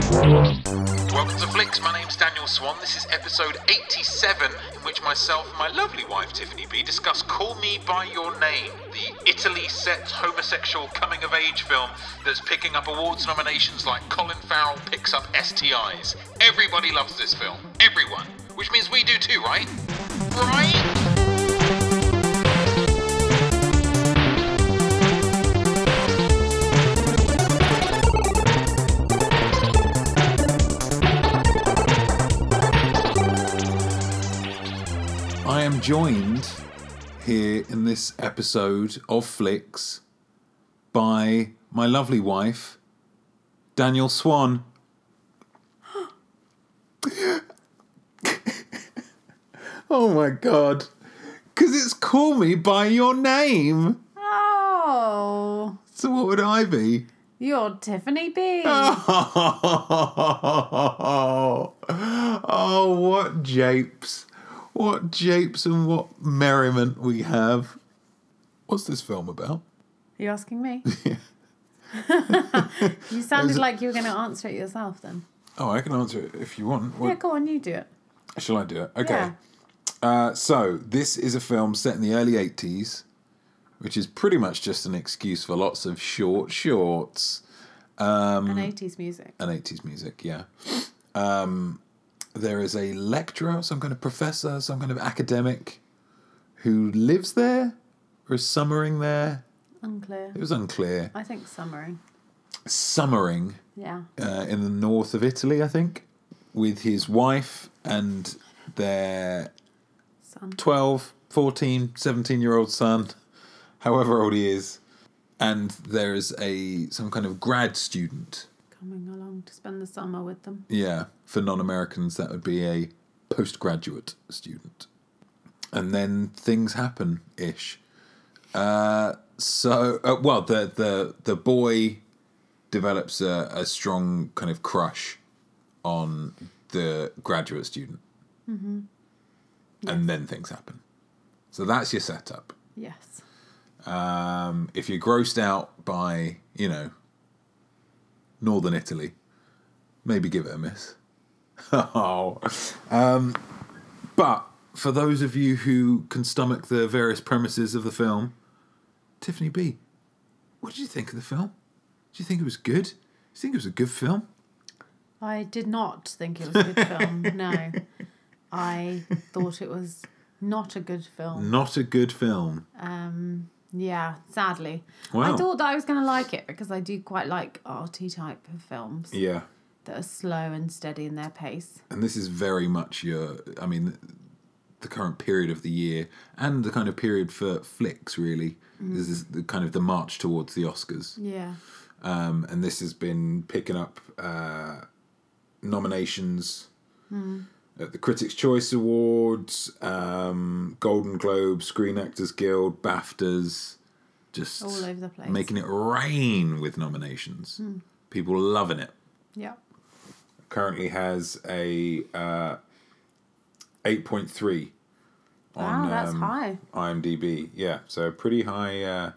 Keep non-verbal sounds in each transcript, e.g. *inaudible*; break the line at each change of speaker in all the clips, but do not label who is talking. Welcome to Flicks. My name's Daniel Swan. This is episode 87, in which myself and my lovely wife Tiffany B discuss Call Me By Your Name, the Italy set homosexual coming of age film that's picking up awards nominations like Colin Farrell picks up STIs. Everybody loves this film. Everyone. Which means we do too, right? Right?
I am joined here in this episode of Flicks by my lovely wife, Daniel Swan. *gasps* oh my god. Because it's Call Me By Your Name.
Oh,
So what would I be?
you're Tiffany B.
*laughs* Oh, what japes. What japes and what merriment we have. What's this film about?
you asking
*laughs*
me? *laughs* you sounded like you were going to answer it yourself then.
Oh, I can answer it if you want.
Yeah,
What,
go on, you do it.
Shall I do it? Okay.
Yeah.
Uh, so, this is a film set in the early 80s, which is pretty much just an excuse for lots of short shorts. Um,
and 80s music.
and eighties music. Yeah, um, there is a lecturer, some kind of professor, some kind of academic, who lives there or is summering there.
Unclear.
It was unclear.
I think eh? summary.
Summering
Yeah.
uh, in the north of Italy, I think, with his wife and their
Son.
12, 14, 17 year old son, however old he is. And there is a some kind of grad student
Coming along to spend the summer with them.
Yeah, for non Americans, that would be a postgraduate student. And then things happen ish. Uh, so, uh, well, the, the, the boy develops a, a strong kind of crush on the graduate student. And then things happen. So that's your setup.
Yes.
Um, if you're grossed out by, you know, northern Italy, maybe give it a miss. *laughs* oh. um, but for those of you who can stomach the various premises of the film, Tiffany B, what did you think of the film? Do you think it was good? Do you think it was a good film?
I did not think it was a
*laughs*
good film. No. I thought it was not a good film.
Not a good film.
Um, yeah, sadly.
Wow.
I thought that I was going to like it because I do quite like arty type of films.
Yeah.
that are slow and steady in their pace.
And this is very much your, I mean, the current period of the year and the kind of period for flicks, really. This is the kind of the march towards the Oscars.
Yeah.
Um, and this has been picking up uh, nominations
Hmm.
at the Critics' Choice Awards, um, Golden Globe, Screen Actors Guild, BAFTAs, just
All over the place. Hmm.
making it rain with nominations. People loving it
Yeah.
currently has a uh, 8.3 on um,
Wow, that's high.
IMDb. Yeah, so pretty high, uh,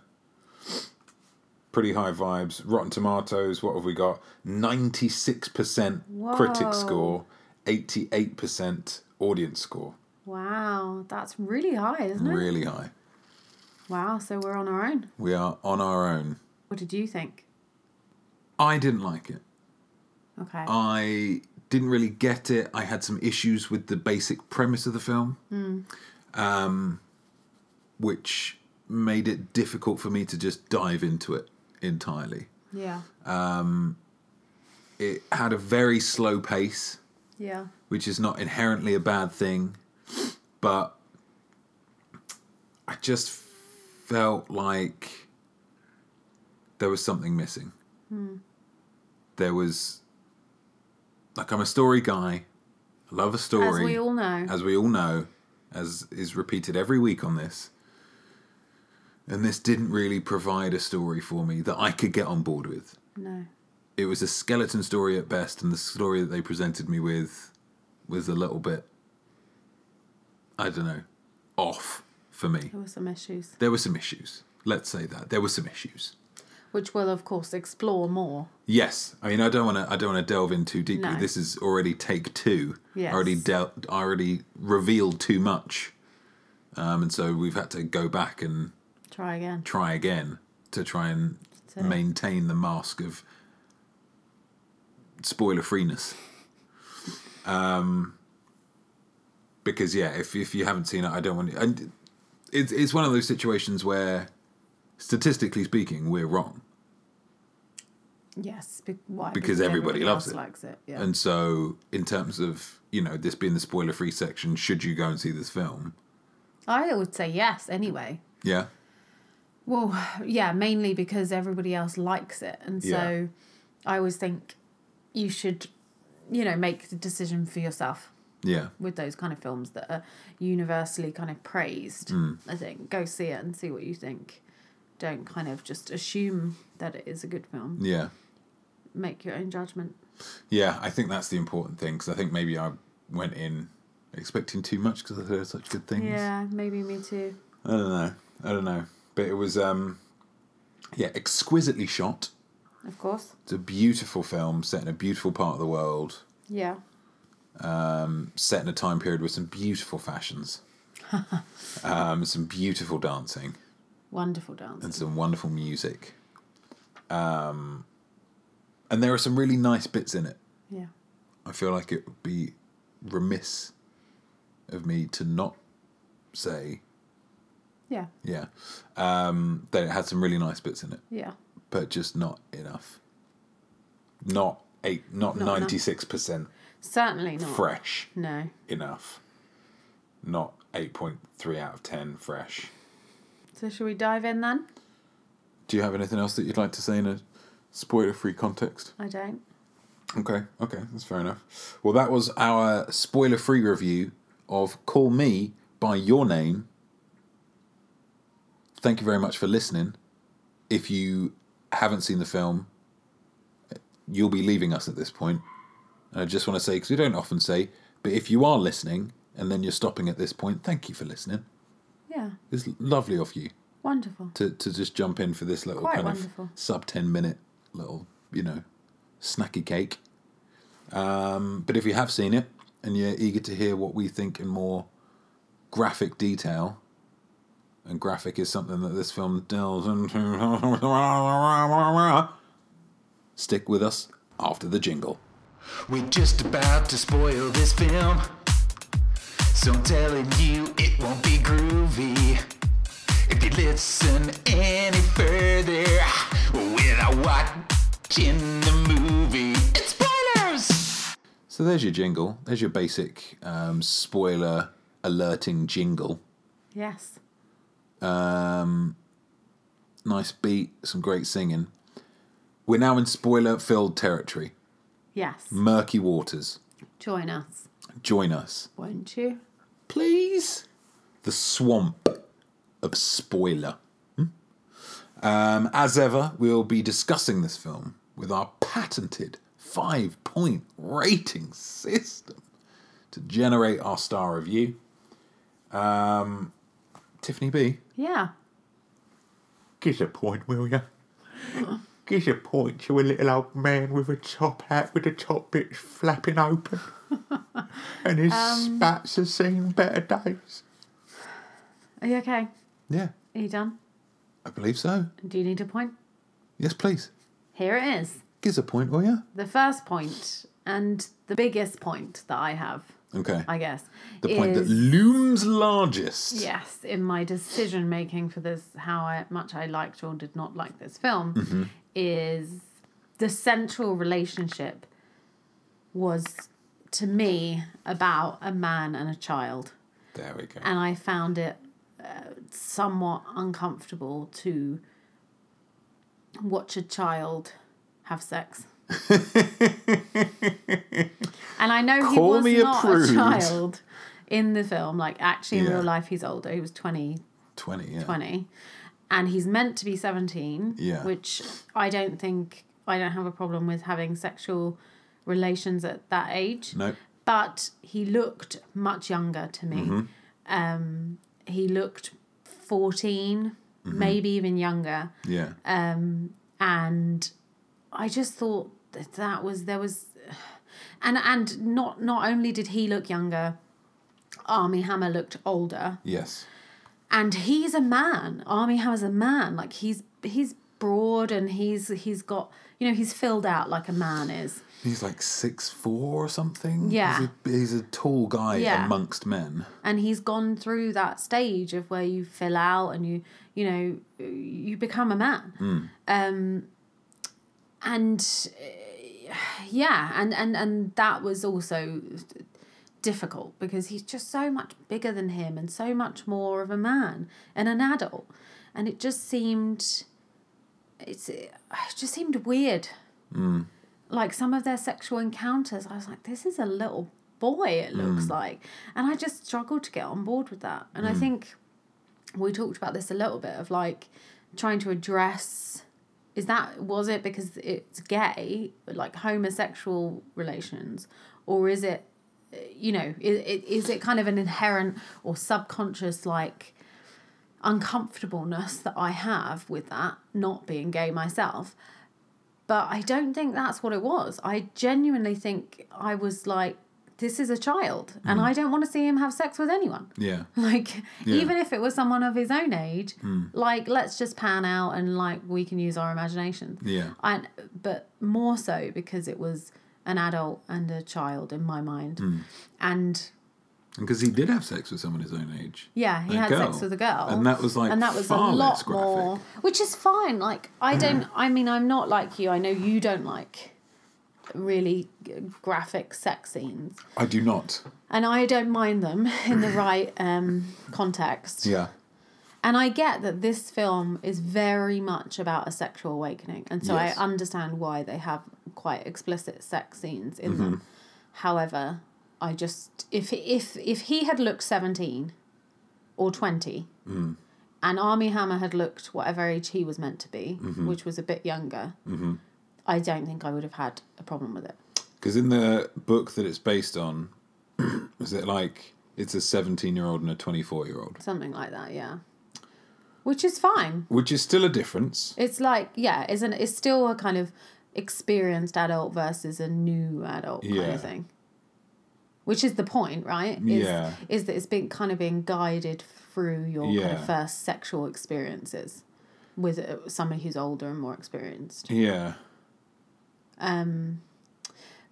pretty high vibes. Rotten Tomatoes. What have we got? 96%
Whoa.
critic score, 88% audience score.
Wow, that's really high, isn't it?
Really high.
Wow, so we're on our own.
We are on our own.
What did you think?
I didn't like it.
Okay.
Oh. I didn't really get it. I had some issues with the basic premise of the film, um, which made it difficult for me to just dive into it entirely.
yeah.
It had a very slow pace,
Yeah.
which is not inherently a bad thing, but I just felt like there was something missing.
Hmm.
There was, like, I'm a story guy. I love a story.
As we all know.
As we all know, as is repeated every week on this. And this didn't really provide a story for me that I could get on board with
no.
it was a skeleton story at best, and the story that they presented me with was a little bit, I don't know, off for me.
There were some issues.
There were some issues. Let's say that there were some issues.
which we'll of course explore more.
Yes, I mean I don't want to. I don't want to delve in too deeply.
No.
This is already take two.
Yes.
Already dealt. Already revealed too much, um, and so we've had to go back and
Try again.
try again to try and
So-
maintain the mask of spoiler freeness. Um, because yeah, if if you haven't seen it, I don't want. And it's it's one of those situations where, statistically speaking, we're wrong.
Yes, be- why?
Because everybody loves
else
it.
Likes it. Yeah.
And so, in terms of you know this being the spoiler-free section, should you go and see this film?
I would say yes anyway.
Yeah,
Well, *sighs* yeah, mainly because everybody else likes it. And so
Yeah.
I always think you should, you know, make the decision for yourself
yeah,
with those kind of films that are universally kind of praised.
Hmm.
I think go see it and see what you think. Don't kind of just assume that it is a good film.
yeah,
Make your own judgment.
yeah. I think that's the important thing because I think maybe I went in expecting too much because I heard such good things.
Yeah, maybe me too.
I don't know. I don't know. But it was, um yeah, exquisitely shot.
Of course.
It's a beautiful film set in a beautiful part of the world,
Yeah.
set in a time period with some beautiful fashions, um, some beautiful dancing.
Wonderful dance.
and some wonderful music. Um, and there are some really nice bits in it.
Yeah.
I feel like it would be remiss of me to not say,
Yeah.
yeah, um, that it had some really nice bits in it,
Yeah.
but just not enough. Not eight, not
Not enough.
ninety six percent
Certainly not.
fresh
No.
enough. Not eight point three out of ten fresh.
So shall we dive in then?
Do you have anything else that you'd like to say in a spoiler free context?
I don't.
Okay, okay, that's fair enough. Well, that was our spoiler free review of Call Me by Your Name. Thank you very much for listening. If you haven't seen the film, you'll be leaving us at this point. And I just want to say, because we don't often say, but if you are listening and then you're stopping at this point, thank you for listening.
Yeah.
It's lovely of you
Wonderful.
to, to just jump in for this little
Quite
kind
wonderful.
of sub 10 minute little, you know, snacky cake. Um, but if you have seen it and you're eager to hear what we think in more graphic detail, and graphic is something that this film delves into, *laughs* stick with us after the jingle.
We're just about to spoil this film. So I'm telling you, it won't be groovy. If you listen any further without watching the movie, it's spoilers!
So there's your jingle. There's your basic um, spoiler alerting jingle.
Yes.
Nice beat, some great singing. We're now in spoiler filled territory.
Yes.
murky waters.
Join us,
Join us,
won't you?
please. The swamp of spoiler. Hmm? Um, as ever, we'll be discussing this film with our patented five point rating system to generate our star review. Um, Tiffany B.
Yeah.
Give a point, will ya? Give a point to a little old man with a top hat with the top bits flapping open. and his spats have seen better days.
Are you okay?
Yeah,
Are you done?
I believe so.
Do you need a point?
Yes, please.
Here it is.
Give us a point, will you?
The first point and the biggest point that I have,
Okay.
I guess.
the point
is,
that looms largest.
Yes, in my decision making for this, how I, much I liked or did not like this film,
Mm-hmm.
is the central relationship was to me about a man and a child.
There we go.
and I found it uh, somewhat uncomfortable to watch a child
*laughs*
have sex. and I know he
Call
was
me a
not
prude.
a child in the film. Like actually, in
Yeah.
real life, he's older. He was twenty
20, yeah.
20 and he's meant to be 17
Yeah.
which i don't think i don't have a problem with having sexual relations at that age
No.
but he looked much younger to me um, he looked 14 maybe even younger
Yeah.
um, and I just thought that that was there was, and and not not only did he look younger, Army Hammer looked older,
Yes.
and he's a man. Army Hammer's a man. Like he's he's broad and he's he's got you know he's filled out like a man is.
He's like six four or something.
Yeah.
He's a, he's a tall guy
Yeah.
amongst men.
and he's gone through that stage of where you fill out and you you know you become a man um and uh, yeah and and and that was also difficult because he's just so much bigger than him and so much more of a man and an adult and it just seemed it's it just seemed weird like some of their sexual encounters, I was like, this is a little boy, it looks like. And I just struggled to get on board with that. And I think we talked about this a little bit of like trying to address is that was it because it's gay like homosexual relations or is it uh, you know is, is it kind of an inherent or subconscious like uncomfortableness that i have with that not being gay myself but I don't think that's what it was. I genuinely think I was like, this is a child, and I don't want to see him have sex with anyone. *laughs*
Yeah.
Like,
Mm. Yeah. Mm.
even if it was someone of his own age, like, let's just pan out and like we can use our imagination.
Yeah.
And but more so because it was an adult and a child in my mind,
Mm.
and
Because he did have sex with someone his own age.
yeah, he
A
had
girl.
sex with a girl,
And that was, like, far less graphic. Mm.
which is fine. Like I don't, I mean, I'm not like you. I know you don't like really g- graphic sex scenes,
I do not.
and I don't mind them *laughs* in the right um, context.
Yeah.
And I get that this film is very much about a sexual awakening, and so
Yes.
I understand why they have quite explicit sex scenes in them. However, I just if if if he had looked seventeen or twenty, and Army Hammer had looked whatever age he was meant to be, which was a bit younger, I don't think I would have had a problem with it.
Because in the book that it's based on, *clears throat* is it like it's a 17 year old and a 24 year old?
Something like that, yeah. Which is fine.
Which is still a difference.
It's like yeah, it's an it's still a kind of experienced adult versus a new adult kind
Yeah.
of thing. Which is the point, right? Is,
Yeah.
Is that it's been kind of being guided through your kind
Yeah.
of first sexual experiences with uh, somebody who's older and more experienced.
Yeah.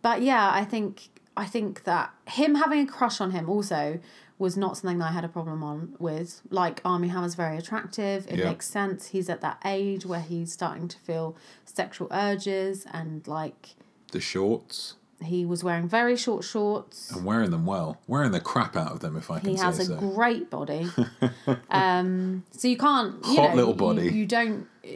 But yeah, I think I think that him having a crush on him also was not something that I had a problem on with. Like Army Hammer's very attractive. It
Yeah.
makes sense. He's at that age where he's starting to feel sexual urges and like
The shorts.
he was wearing very short shorts.
I'm wearing them well. Wearing the crap out of them, if I can
He
say
has a
so. *laughs*
great body. um, so you can't you
Hot
know,
little
you-
body.
You, don't. uh,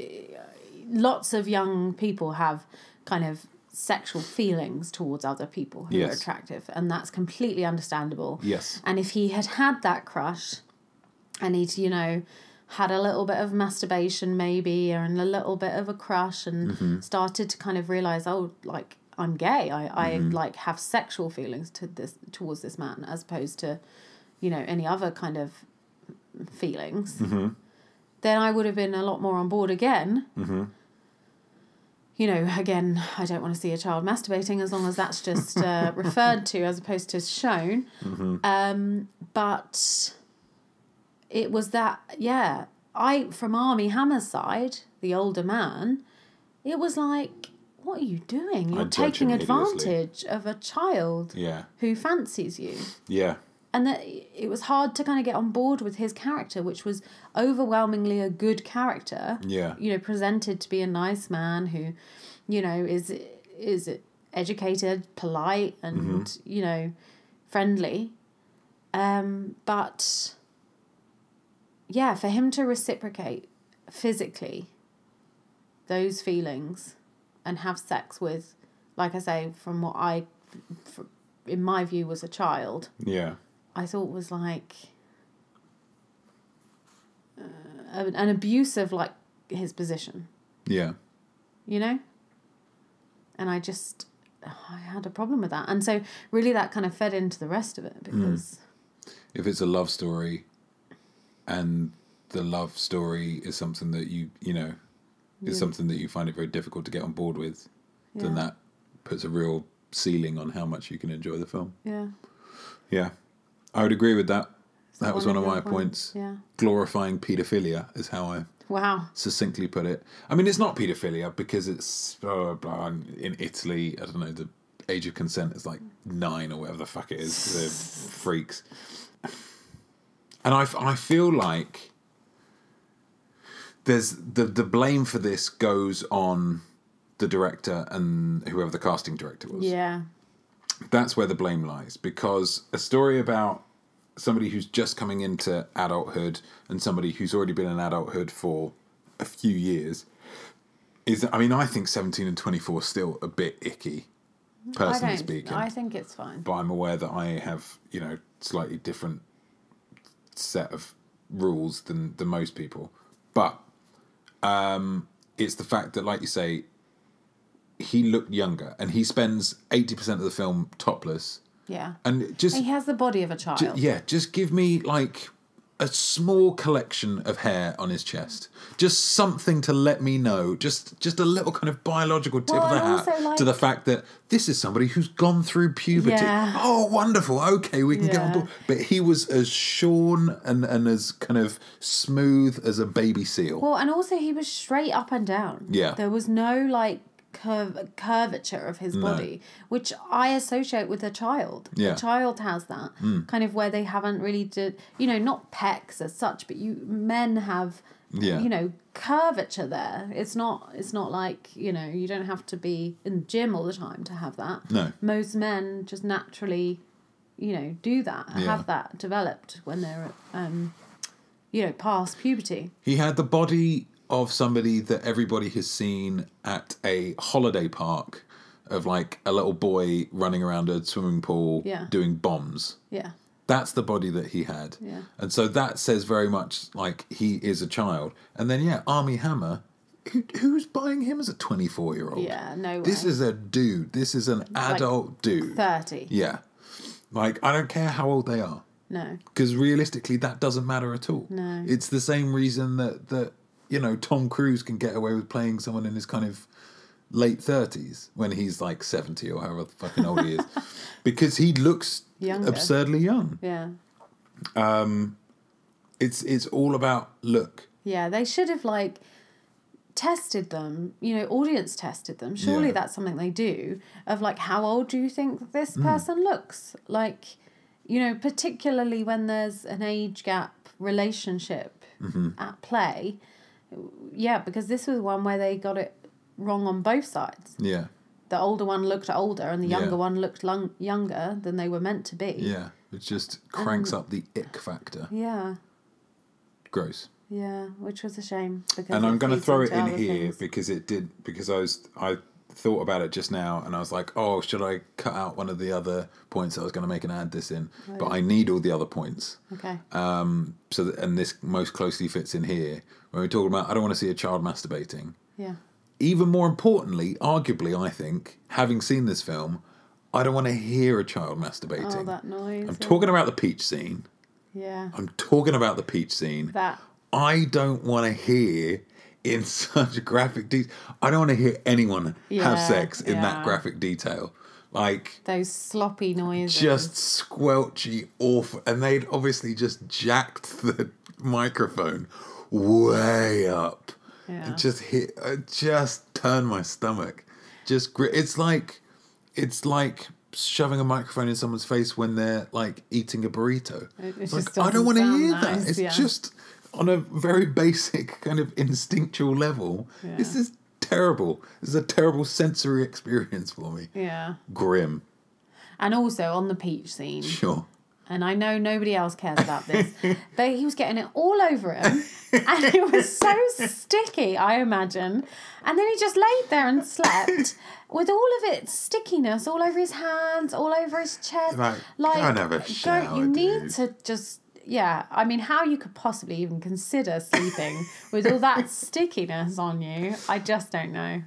Lots of young people have kind of sexual feelings towards other people who are
Yes.
attractive, and that's completely understandable.
Yes.
And if he had had that crush, and he'd you know had a little bit of masturbation maybe, and a little bit of a crush, and started to kind of realize, oh, like. I'm gay. I, I like have sexual feelings to this towards this man as opposed to you know any other kind of feelings then i would have been a lot more on board again you know again i don't want to see a child masturbating as long as that's just
*laughs*
uh, referred to as opposed to shown
Mm-hmm.
um, but it was that yeah i from army hammer's side the older man it was like what are you doing you're
I'd judge him
taking
hideously.
advantage of a child
Yeah.
who fancies you
Yeah.
and that it was hard to kind of get on board with his character, which was overwhelmingly a good character.
Yeah.
you know, presented to be a nice man who, you know, is is educated, polite, and you know, friendly. Um, but yeah, for him to reciprocate physically those feelings and have sex with, like I say, from what I, f- in my view, was a child.
Yeah.
I thought was like uh, an an abuse of like his position,
Yeah.
you know. And I just I had a problem with that, and so really that kind of fed into the rest of it
Hmm.
because
if it's a love story and the love story is something that you you know is something that you find it very difficult to get on board with, then
Yeah.
that puts a real ceiling on how much you can enjoy the film.
Yeah.
Yeah, I would agree with that. that was one
one
of
of
my
your
points.
points, yeah.
Glorifying paedophilia is how I
Wow.
succinctly put it. I mean, it's not paedophilia because it's blah, blah, blah. and in Italy. I don't know. The age of consent is like nine or whatever the fuck it is. They're freaks. And I, f- I feel like there's the the blame for this goes on the director and whoever the casting director was
Yeah.
that's where the blame lies because a story about somebody who's just coming into adulthood and somebody who's already been in adulthood for a few years is i mean i think 17 and 24 is still a bit icky
I
personally
don't.
speaking
I think it's fine.
but i'm aware that i have you know slightly different set of rules than than most people but um it's the fact that like you say he looked younger and he spends 80% of the film topless
yeah.
and just
he has the body of a child.
ju- yeah just give me like a small collection of hair on his chest just something to let me know just just a little kind of biological tip
Well,
of the
and
hat
also,
to the
like-
fact that this is somebody who's gone through puberty
Yeah.
oh wonderful okay we can get on
Yeah.
board but he was as shorn and and as kind of smooth as a baby seal
Well, and also he was straight up and down.
Yeah.
There was no like curve curvature of his body, which I associate with a child.
Yeah. Hmm.
A child has that kind of where they haven't really did you know not pecs as such, but you men have
Yeah.
you know curvature there. It's not it's not like you know you don't have to be in the gym all the time to have that.
No.
Most men just naturally. You know, do that
Yeah.
have that developed when they're, um, you know, past puberty.
He had the body of somebody that everybody has seen at a holiday park of like a little boy running around a swimming pool
Yeah.
doing bombs.
Yeah,
That's the body that he had.
Yeah.
And so that says very much like he is a child. And then, yeah, Army Hammer, who, who's buying him as a 24 year old?
Yeah, no
This
way.
is a dude. This is an adult dude.
30.
Yeah. Like, I don't care how old they are
No.
because realistically that doesn't matter at all
No.
it's the same reason that that you know tom cruise can get away with playing someone in his kind of late 30s when he's like 70 or however fucking old he is
*laughs*
because he looks
Younger.
absurdly young
Yeah.
it's it's all about look
Yeah, they should have like tested them, you know, audience tested them. Surely
Yeah.
that's something they do of like how old do you think this
Mm.
person looks? Like, you know, particularly when there's an age gap relationship
Mm-hmm.
at play. Yeah, because this was one where they got it wrong on both sides.
yeah
The older one looked older and the
Yeah.
younger one looked lung- younger than they were meant to be.
yeah it just
Um,
cranks up the ick factor
Yeah.
gross
Yeah, which was a shame. Because
and
it
I'm going to
feeds
throw it
into
in
other
here
things.
because it did because I was I thought about it just now and I was like, oh, should I cut out one of the other points I was going to make and add this in? But I need all the other points.
Okay.
Um, so that, and this most closely fits in here when we're talking about I don't want to see a child masturbating.
yeah.
Even more importantly, arguably, I think having seen this film, I don't want to hear a child masturbating.
Oh, that noise.
I'm
yeah.
talking about the peach scene.
Yeah.
I'm talking about the peach scene.
That.
I don't want to hear in *laughs* such graphic detail. I don't want to hear anyone have
Yeah,
sex in that
yeah.
graphic detail. Like
Those sloppy noises.
just squelchy, awful, and they'd obviously just jacked the *laughs* microphone way up.
Yeah.
It just hit. It just turned my stomach. Just gri- it's like it's like shoving a microphone in someone's face when they're like eating a burrito.
It- it
It's
just
I don't
doesn't
want to
sound
hear
nice,
that. It's
yeah.
just on a very *laughs* basic kind of instinctual level. This
Yeah.
is terrible. This is a terrible sensory *laughs* experience for me.
Yeah.
Grim.
And also on the peach scene.
Sure.
And I know nobody else cares about this, but he was getting it all over him. And it was so sticky, I imagine. And then he just laid there and slept with all of its stickiness all over his hands, all over his chest.
Like, go and have a shower,
You
dude.
need to just, yeah. I mean, how you could possibly even consider sleeping with
*laughs*
all that stickiness on you, I just don't know.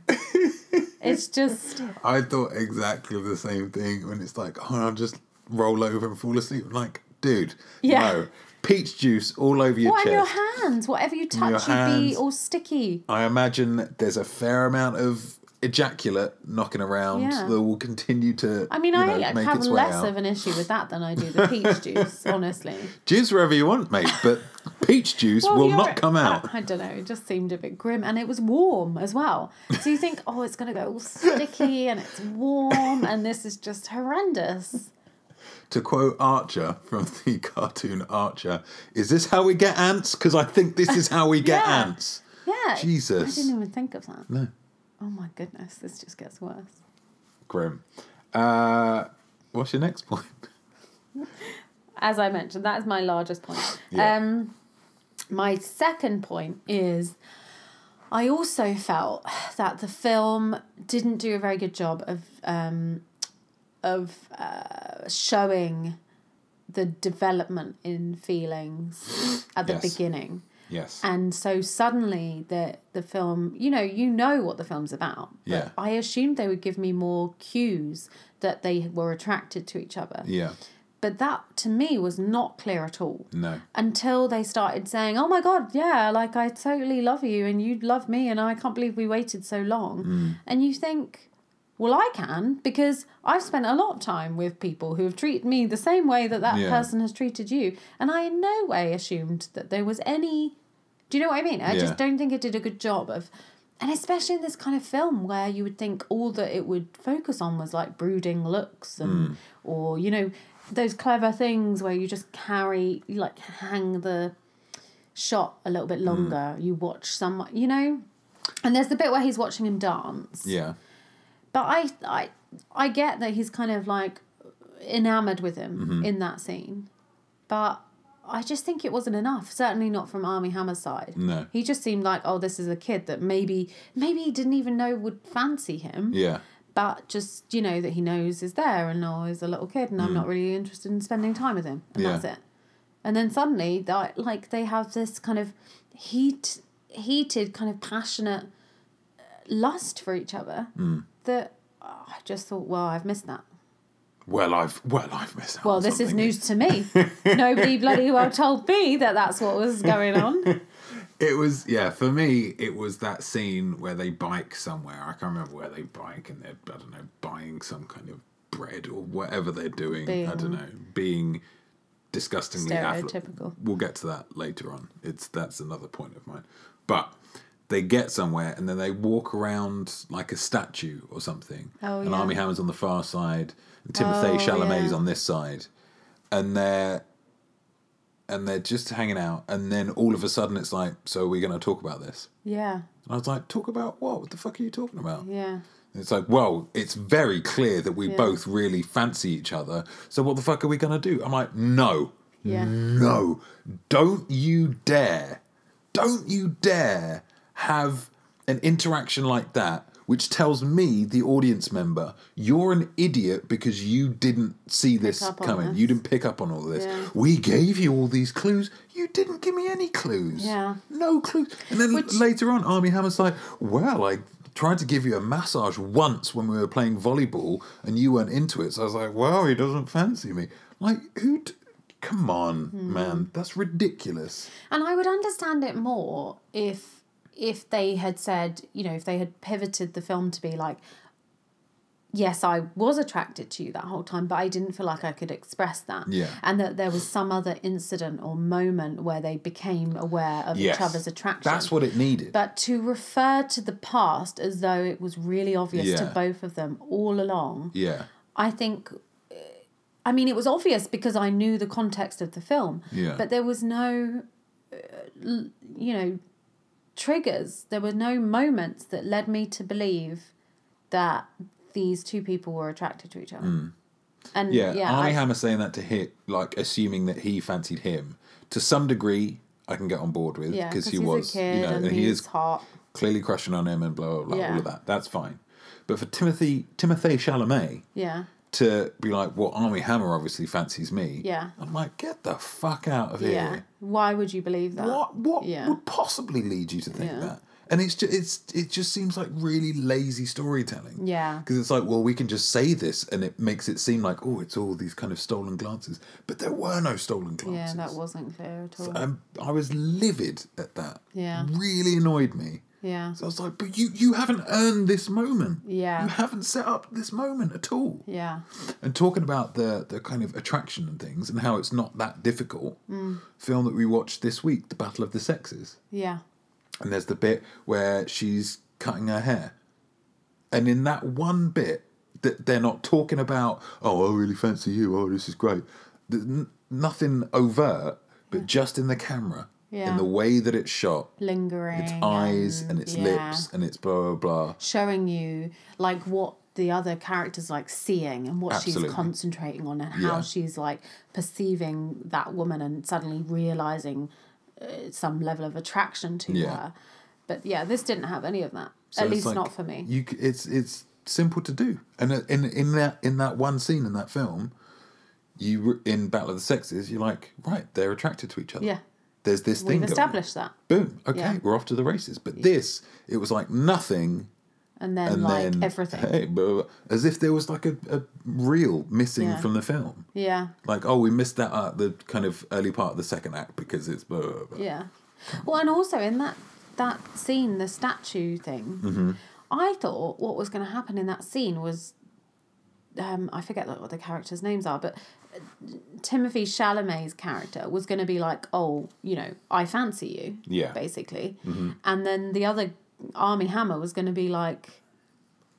It's just,
I thought exactly the same thing when it's like, oh, I'll just roll over and fall asleep. I'm like, dude.
Yeah.
No. Peach juice all over your
What on your
chest.
hands? Whatever you
your
touch, you'd be
hands.
all sticky.
I imagine that there's a fair amount of ejaculate knocking around
Yeah.
that will continue to.
I mean,
you
I
know, make
have
its way
less
out.
of an issue with that than I do
*laughs*
the peach juice, honestly.
Jizz wherever you want, mate,
*laughs*
but peach juice
Well,
will
you're-
not come out.
*laughs* I, I don't know. It just seemed a bit grim, and it was warm as well. So you think, oh, it's gonna go all sticky,
*laughs*
and it's warm, and this is just horrendous.
To quote Archer from *laughs* the cartoon Archer, is this how we get ants? Because I think this is how we get
*laughs* Yeah.
ants.
Yeah.
Jesus.
I didn't even think of that.
No.
Oh my goodness, this just gets worse.
Grim. Uh, what's your next point? *laughs*
As I mentioned, that is my largest point.
Yeah.
Um, my second point is I also felt that the film didn't do a very good job of um, of uh, showing the development in feelings at the
Yes.
beginning.
Yes.
And so suddenly the the film, you know, you know what the film's about. but
Yeah.
I assumed they would give me more cues that they were attracted to each other.
yeah.
But that to me was not clear at all.
No.
Until they started saying, "Oh my god, yeah, like I totally love you and you love me and I can't believe we waited so long."
Mm.
And you think, "Well, I can because I've spent a lot of time with people who have treated me the same way that that
Yeah.
person has treated you." And I in no way assumed that there was any do you know what I mean? I
Yeah.
just don't think it did a good job of, and especially in this kind of film where you would think all that it would focus on was like brooding looks and or you know those clever things where you just carry you like hang the shot a little bit longer. You watch some, you know, and there's the bit where he's watching him dance.
Yeah.
But I I I get that he's kind of like enamored with him in that scene, but I just think it wasn't enough. Certainly not from Army Hammer's side.
No.
he just seemed like oh, this is a kid that maybe maybe he didn't even know would fancy him.
Yeah.
But just you know that he knows is there and oh, he's a little kid and I'm not really interested in spending time with him and
Hmm. Yeah.
that's it. And then suddenly that like they have this kind of heat heated kind of passionate uh, lust for each other
Hmm.
that oh, I just thought, well, I've missed that.
Well, I've well, I've missed out.
Well,
on
this is
something.
news to me.
*laughs*
Nobody bloody well told me that that's what was going
*laughs*
on.
It was yeah. For me, it was that scene where they bike somewhere. I can't remember where they bike, and they're I don't know buying some kind of bread or whatever they're doing. I don't
Being-
know being disgustingly afflu-
Stereotypical.
We'll get to that later on. It's that's another point of mine. But they get somewhere and then they walk around like a statue or something.
Oh,
and
yeah.
Army Hammer's on the far side, and Timothy
Oh,
Chalamet's
yeah.
on this side, and they're and they're just hanging out. And then all of a sudden, it's like, so we're going to talk about this.
Yeah,
And I was like, talk about what? What the fuck are you talking about?
yeah,
And it's like, well, it's very clear that we
Yeah.
both really fancy each other. So what the fuck are we going to do? I'm like, no,
yeah.
no, don't you dare, don't you dare have an interaction like that, which tells me, the audience member, you're an idiot because you didn't see this
up on
coming.
this.
You didn't pick up on all this.
Yeah.
We gave you all these clues. You didn't give me any clues.
Yeah.
No clues. And then
Which-
later on, Army Hammer's like, well, I tried to give you a massage once when we were playing volleyball and you weren't into it. So I was like, wow, he doesn't fancy me. Like, who. D- Come on,
Hmm.
man. That's ridiculous.
And I would understand it more if if they had said, you know, if they had pivoted the film to be like, yes, I was attracted to you that whole time, but I didn't feel like I could express that.
Yeah.
And that there was some other incident or moment where they became aware of each other's attraction.
That's what it needed.
But to refer to the past as though it was really obvious to
Yeah.
both of them all along,
yeah.
I think. uh, I mean, it was obvious because I knew the context of the film.
Yeah.
But there was no, uh, l- you know, triggers. There were no moments that led me to believe that these two people were attracted to each other. And
Mm. Yeah,
yeah,
Army
I-
Hammer saying that to hit, like assuming that he fancied him to some degree, I can get on board with
yeah,
because he
he's
was,
a kid
you know,
and,
and he
he's
is
hot.
clearly crushing on him and blah blah blah, all
Yeah.
of that. That's fine. But for Timothy Timothy Chalamet
Yeah,
to be like, "Well, Army Hammer obviously fancies me,"
Yeah.
I'm like, "Get the fuck out of
yeah.
here!"
Why would you believe that?
What what
Yeah.
would possibly lead you to think
Yeah.
that? and it's just it's it just seems like really lazy storytelling.
Yeah.
because it's like, well, we can just say this, and it makes it seem like, oh, it's all these kind of stolen glances, but there were no stolen
Yeah,
glances.
that wasn't clear at all.
Um, I was livid at that.
Yeah.
really annoyed me.
yeah.
So I was like, but you you haven't earned this moment.
Yeah.
you haven't set up this moment at all
Yeah.
and talking about the the kind of attraction and things and how it's not that difficult
Hmm.
film that we watched this week the battle of the sexes
Yeah.
and there's the bit where she's cutting her hair and in that one bit that they're not talking about oh i really fancy you oh this is great There's n- nothing overt but just in the camera
Yeah.
in the way that it's shot
Lingering.
its eyes and, its
yeah.
lips and its blah blah blah
Showing you like what the other characters like seeing and what
Absolutely.
she's concentrating on and
Yeah.
how she's like perceiving that woman and suddenly realizing uh, some level of attraction to
Yeah.
her. But yeah, this didn't have any of that.
So
At
it's
least
like,
not for me.
You, c- it's it's simple to do, and uh, in in that in that one scene in that film, you were- in Battle of the Sexes, you're like, right, they're attracted to each other.
Yeah.
there's this thing.
We've
going.
established that.
Boom. Okay,
Yeah.
we're off to the races. But this, it was like nothing,
And then
and
like
then
everything.
Hey, blah, blah, as if there was like a, a reel missing
Yeah.
from the film.
Yeah.
Like, oh, we missed that at the kind of early part of the second act because it's blah, blah, blah.
Yeah. Well, and also in that that scene, the statue thing, I thought what was going to happen in that scene was, um, I forget what the characters' names are, but uh, Timothy Chalamet's character was going to be like, oh, you know, I fancy you,
Yeah.
basically, and then the other Army Hammer was going to be like,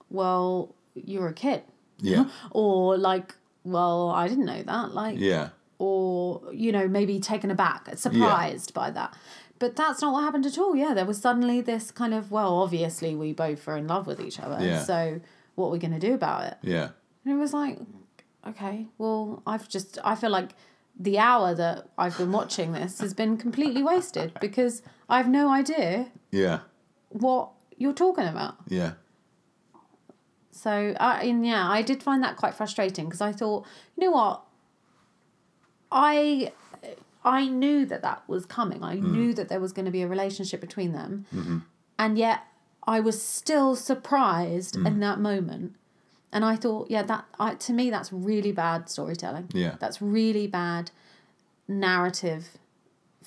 well, you're a kid,
yeah,
or like, well, I didn't know that, like,
yeah,
or you know maybe taken aback surprised by that but that's not what happened at all yeah there was suddenly this kind of well obviously we both are in love with each other
Yeah.
so what are we going to do about it
yeah.
and it was like okay well i've just i feel like the hour that i've been watching this has been completely wasted because i have no idea
Yeah,
what you're talking about
yeah,
so I and yeah, I did find that quite frustrating because I thought, you know what, I I knew that that was coming. I knew that there was going to be a relationship between them, and yet I was still surprised in that moment. And I thought, yeah, that I, to me that's really bad storytelling.
Yeah.
that's really bad narrative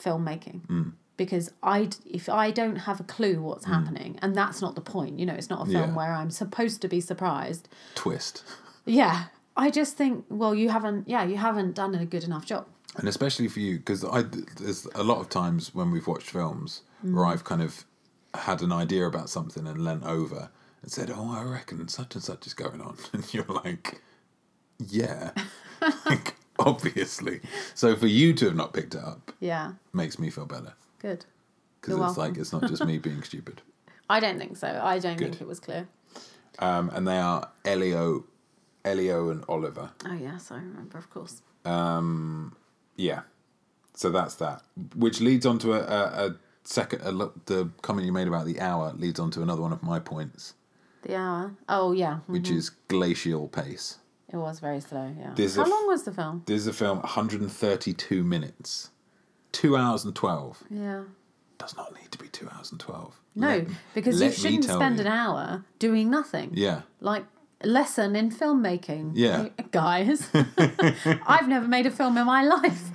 filmmaking
Mm.
because I d- if I don't have a clue what's happening and that's not the point you know it's not a film
Yeah.
where I'm supposed to be surprised
Twist.
yeah I just think well you haven't yeah you haven't done a good enough job
and especially for you because i there's a lot of times when we've watched films where
Mm.
i've kind of had an idea about something and leant over and said oh i reckon such and such is going on *laughs* and you're like yeah *laughs* Like, obviously so for you to have not picked it up
yeah
makes me feel better
good
because it's
You're
like
welcome.
it's not just me being
*laughs*
stupid
I don't think so I don't
Good.
think it was clear
um, and they are elio elio and oliver
oh yes I remember of course
Yeah. So that's that. Which leads on to a, a, a second, a, lo- the comment you made about the hour leads on to another one of my points,
the hour oh yeah
which is glacial pace.
it was very slow yeah
There's a
how
f-
long was the film
This is a film 132 minutes, 2 hours and 12.
yeah
Does not need to be 2 hours and 12.
no
Let-
because you
let me
shouldn't
tell
spend
you.
an hour doing nothing
Yeah.
like lesson in filmmaking.
Yeah.
*laughs*
*laughs*
Guys, I've never made a film in my life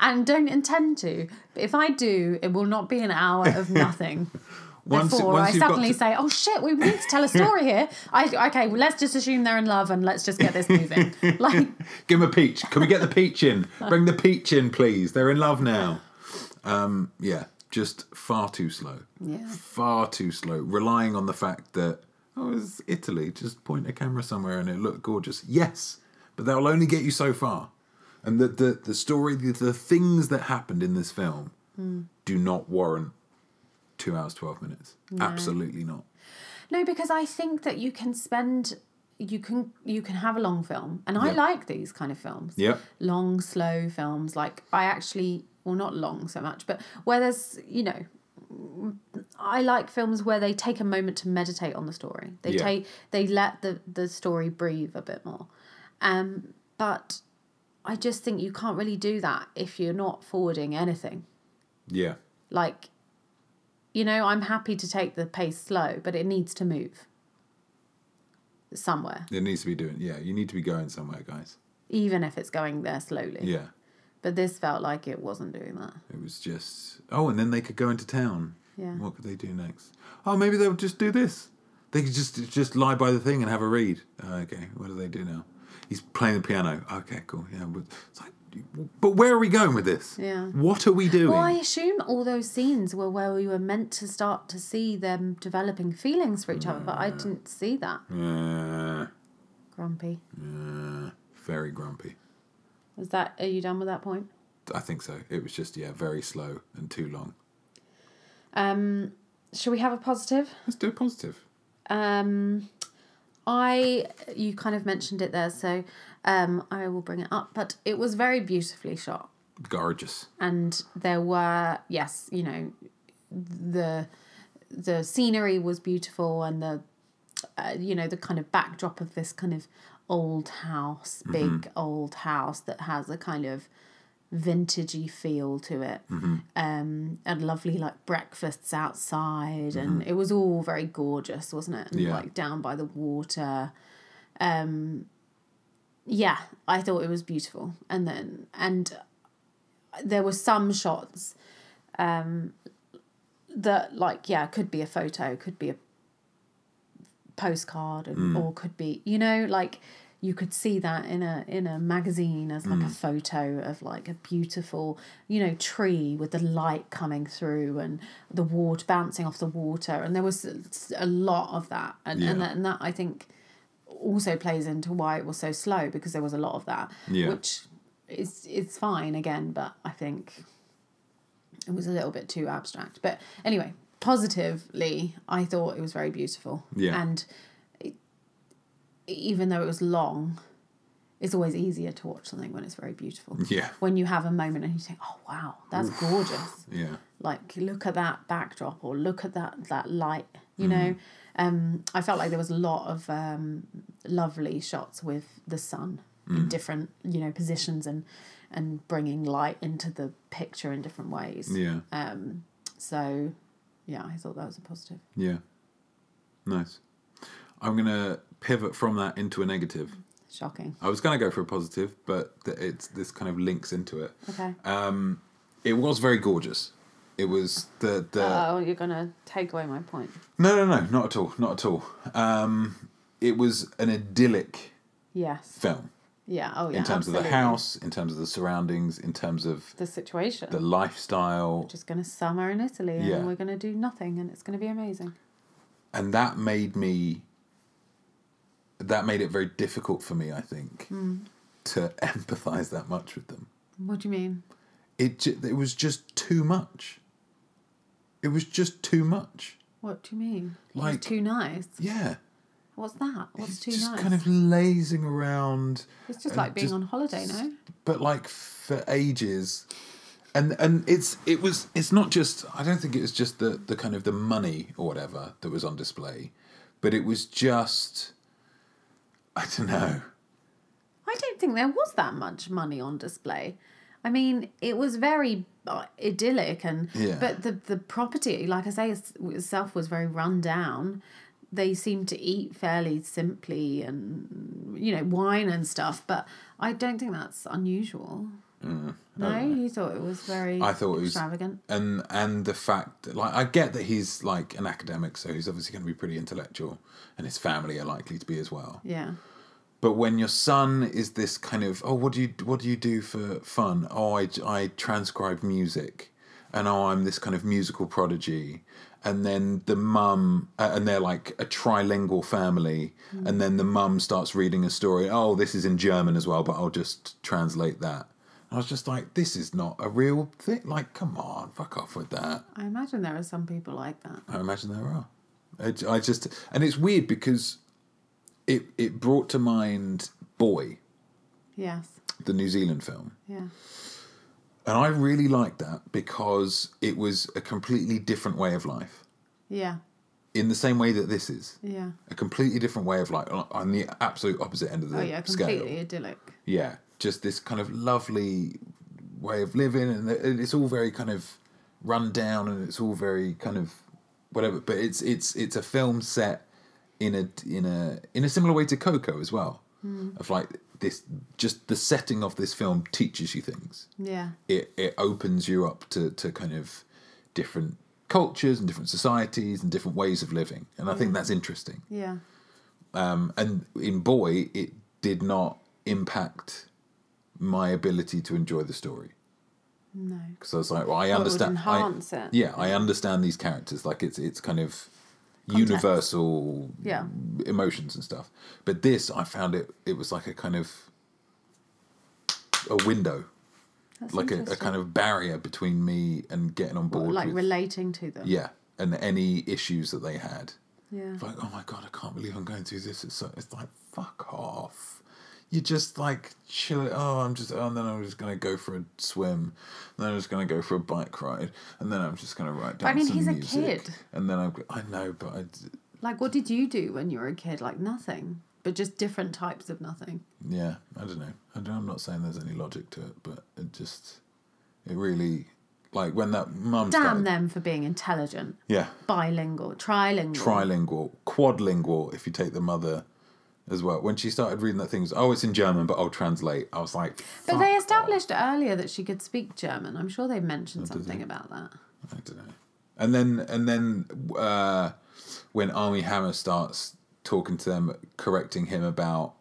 and don't intend to. But if I do, it will not be an hour
*laughs*
of nothing.
Once-
Before
once
I
you've got
suddenly
to-
say, "Oh shit, we need to tell a story here." I okay, well, let's just assume they're in love and let's just get
*laughs*
this moving. like,
Give him a peach. Can we get the peach in? Bring the peach in, please. They're in love now. Um, yeah, just far too slow.
Yeah.
Far too slow. Relying on the fact that, oh, it's Italy. Just point a camera somewhere and it look gorgeous. Yes, but that'll only get you so far. And the, the, the story, the, the things that happened in this film do not warrant two hours, 12 minutes. Absolutely not.
No, because I think that you can spend you can you can have a long film. And I
Yeah.
like these kind of films.
Yeah.
Long, slow films. Like I actually well not long so much, but where there's you know I like films where they take a moment to meditate on the story. They
Yeah.
take they let the, the story breathe a bit more. Um but I just think you can't really do that if you're not forwarding anything
Yeah.
like you know, I'm happy to take the pace slow, but it needs to move somewhere,
It needs to be doing. Yeah, you need to be going somewhere, guys.
even if it's going there slowly.
Yeah,
But this felt like it wasn't doing that.
it was just. Oh, and then they could go into town.
Yeah.
What could they do next? Oh, maybe they'll just do this. They could just just lie by the thing and have a read. Oh, okay, what do they do now? He's playing the piano. Okay, cool. Yeah, but it's like, but where are we going with this?
Yeah.
What are we doing?
Well, I assume all those scenes were where we were meant to start to see them developing feelings for each other, but I didn't see that.
Mm. Yeah,
Grumpy.
yeah, Uh, very grumpy.
Is that are you done with that point?
I think so. It was just yeah, very slow and too long.
Um should we have a positive?
Let's do a positive.
Um I you kind of mentioned it there, so um I will bring it up, but it was very beautifully shot.
Gorgeous.
and there were yes you know the the scenery was beautiful and the uh, you know the kind of backdrop of this kind of old house big old house that has a kind of vintagey feel to it um and lovely like breakfasts outside and it was all very gorgeous wasn't it and
Yeah.
like down by the water Um, yeah i thought it was beautiful and then and there were some shots um that like yeah could be a photo could be a postcard
Mm.
and, or could be you know like you could see that in a in a magazine as
Mm.
like a photo of like a beautiful you know tree with the light coming through and the water bouncing off the water and there was s- a lot of that and and,
Yeah.
that, and that i think also plays into why it was so slow because there was a lot of that
Yeah.
which is it's fine again but i think it was a little bit too abstract but anyway positively i thought it was very beautiful
Yeah.
and it, even though it was long it's always easier to watch something when it's very beautiful
Yeah.
when you have a moment and you think oh wow that's gorgeous
Yeah.
like look at that backdrop or look at that that light you know um i felt like there was a lot of um lovely shots with the sun in different you know positions and and bringing light into the picture in different ways
Yeah.
Uh. so yeah i thought that was a positive
Yeah. Nice. I'm going to pivot from that into a negative.
shocking
I was going to go for a positive, but th- it's this kind of links into it.
okay
It was very gorgeous. It was the the
oh you're gonna take away my point
No, no, no, not at all. Not at all. Um it was an idyllic
yes
film
yeah oh yeah
in terms
absolutely.
of the house, in terms of the surroundings, in terms of
the situation
the lifestyle,
just gonna summer in italy and
Yeah.
we're gonna do nothing and it's gonna be amazing
and that made me that made it very difficult for me, I think,
Hmm.
to *laughs* empathize that much with them.
what do you mean
it ju- it was just too much. It was just too much.
What do you mean? Like
Like-
too nice.
Yeah,
What's that? What's
it's
too
just
nice?
kind of lazing around.
it's just
and
like being on holiday, no?
But like for ages, and and it's it was it's not just I don't think it was just the the kind of the money or whatever that was on display, but it was just I don't know.
I don't think there was that much money on display. I mean, it was very uh, idyllic and
Yeah.
but the the property, like I say, is- itself was very run down. They seemed to eat fairly simply and you know wine and stuff, but I don't think that's unusual.
Mm,
no, you thought it was very
I thought it was
extravagant.
and and the fact that, like I get that he's like an academic, so he's obviously going to be pretty intellectual, and his family are likely to be as well.
Yeah.
But when your son is this kind of, oh, what do you what do you do for fun? Oh, I, I transcribe music, and oh, I'm this kind of musical prodigy. And then the mum, uh, and they're like a trilingual family. And then the mum starts reading a story. Oh, this is in German as well, but I'll just translate that. And I was just like, this is not a real thing. Like, come on, fuck off with that.
I imagine there are some people like that.
I imagine there are. I, I just and it's weird because it it brought to mind Boy,
Yes.
the New Zealand film,
Yeah.
and I really liked that because it was a completely different way of life.
Yeah.
In the same way that this is
Yeah.
a completely different way of life on the absolute opposite end of the
Oh yeah, completely
scale.
idyllic.
Yeah, just this kind of lovely way of living, and it- it's all very kind of run down and it's all very kind of whatever. But it's it's it's a film set in a in a in a similar way to Coco as well.
Hmm.
Of like this, just the setting of this film teaches you things
Yeah.
it it opens you up to to kind of different cultures and different societies and different ways of living and i
Mm.
think that's interesting
Yeah.
um and in boy it did not impact my ability to enjoy the story
No.
because i was like well i
would
understand I-
enhance it.
yeah i understand these characters like it's it's kind of universal
Yeah.
emotions and stuff but this i found it it was like a kind of a window
That's
like a, a kind of barrier between me and getting on board.
like
with-
relating to them.
yeah, and any issues that they had.
Yeah.
It's like, oh my god, I can't believe I'm going through this. It's so, it's like, fuck off. You just like chill it. Oh, I'm just. Oh, and then I'm just gonna go for a swim. And then I'm just gonna go for a bike ride. And then I'm just gonna write down.
I mean,
some
he's a
music.
kid.
And then I'm. I know, but I. d-
Like, what did you do when you were a kid? Like, nothing, but just different types of nothing.
Yeah, I don't know. I don't, I'm not saying there's any logic to it, but it just. It really, like when that mum.
Damn
started-
them for being intelligent,
Yeah.
bilingual, trilingual.
trilingual, quadlingual if you take the mother as well. When she started reading that thing, it was, oh, it's in German, but I'll translate. I was like,
but
"Fuck
they
off."
established earlier that she could speak German. I'm sure they mentioned something about that.
I don't know. And then and then uh, when Army Hammer starts talking to them, correcting him about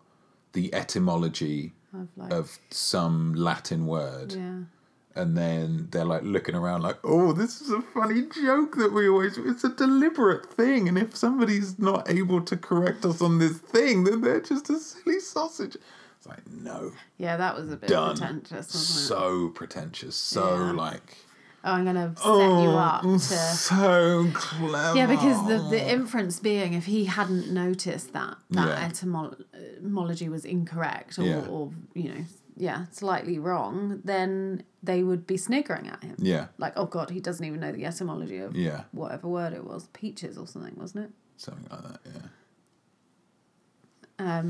the etymology
Of like,
of some Latin word,
Oh, yeah,
and then they're like looking around, like, oh, this is a funny joke that we always. It's a deliberate thing, and if somebody's not able to correct us on this thing, then they're just a silly sausage. It's like no,
yeah, that was a bit
Done.
pretentious, wasn't it?
so pretentious, so
Yeah.
like,
Oh, I'm gonna set you up
oh, *laughs*
to.
so clever.
Yeah, because the, the inference being if he hadn't noticed that that
Yeah.
etymol- etymology was incorrect or,
Yeah.
or you know yeah slightly wrong, then they would be sniggering at him.
yeah,
Like oh god, he doesn't even know the etymology of
yeah,
whatever word it was, peaches or something, wasn't it?
something like that. Yeah,
Um,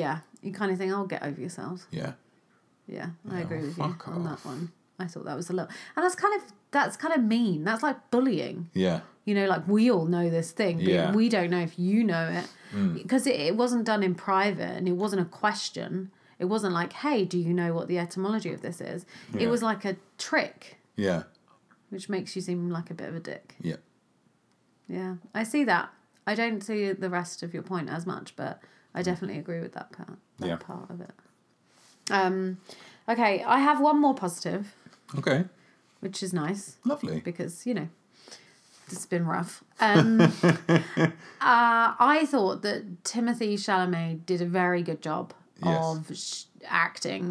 yeah, you kind of think I'll get over yourselves.
yeah,
Yeah, I
Yeah,
agree
well,
with you on
fuck
that
off.
one. I thought that was a lot, and that's kind of that's kind of mean. That's like bullying.
yeah,
you know like we all know this thing but
Yeah. Mm.
we don't know if you know it because it, it wasn't done in private and it wasn't a question it wasn't like hey do you know what the etymology of this is it
Yeah.
was like a trick
yeah,
which makes you seem like a bit of a dick
yeah.
yeah i see that i don't see the rest of your point as much but i definitely agree with that part that
Mm. Yeah.
part of it um okay i have one more positive
Okay,
which is nice
lovely.
because you know it's been rough. Um, uh, I thought that Timothy Chalamet did a very good job
Yes.
of sh- acting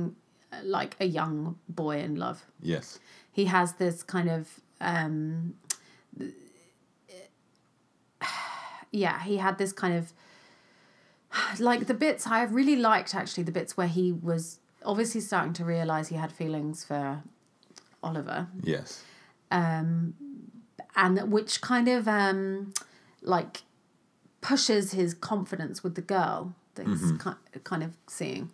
uh, like a young boy in love.
Yes,
He has this kind of um, *sighs* yeah, he had this kind of *sighs* like the bits I really liked actually the bits where he was obviously starting to realize he had feelings for Oliver
yes,
and which kind of um like pushes his confidence with the girl that he's ki- kind of seeing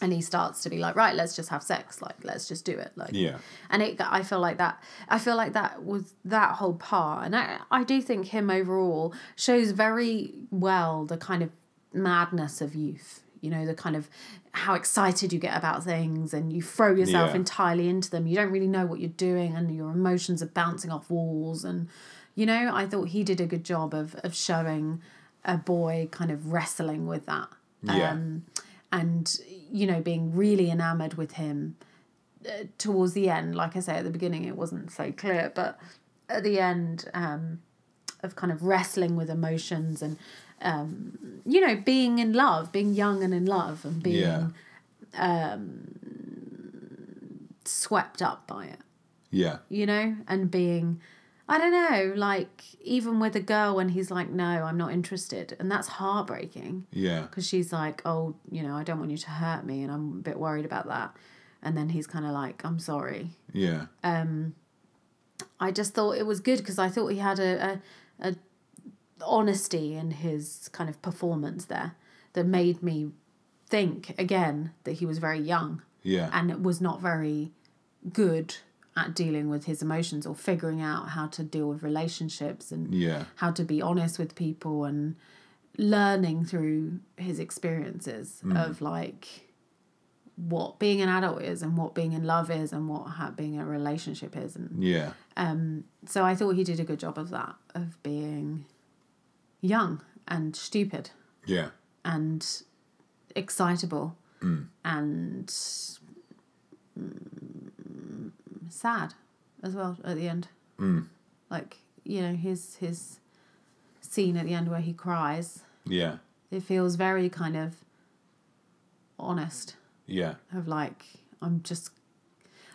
and he starts to be like right let's just have sex like let's just do it like
Yeah.
and it i feel like that i feel like that was that whole part and i i do think him overall shows very well the kind of madness of youth you know the kind of how excited you get about things and you throw yourself
Yeah.
entirely into them you don't really know what you're doing and your emotions are bouncing off walls and you know i thought he did a good job of of showing a boy kind of wrestling with that
Yeah.
um, and you know being really enamored with him uh, towards the end like i say at the beginning it wasn't so clear but at the end um of kind of wrestling with emotions and um you know being in love being young and in love and being
yeah,
swept up by it
yeah,
you know and being i don't know like even with a girl when he's like no i'm not interested and that's heartbreaking
yeah,
because she's like, oh, you know, I don't want you to hurt me, and I'm a bit worried about that. And then he's kind of like, I'm sorry.
yeah,
I just thought it was good because I thought he had a, a a honesty in his kind of performance there that made me think again that he was very young
yeah,
and was not very good at dealing with his emotions or figuring out how to deal with relationships and
Yeah.
how to be honest with people and learning through his experiences of like what being an adult is and what being in love is and what ha- being in a relationship is and um,
Yeah.
so I thought he did a good job of that of being young and stupid
Yeah.
and excitable and mm, sad as well at the end. Like you know his his scene at the end where he cries.
Yeah.
It feels very kind of honest
Yeah.
of like I'm just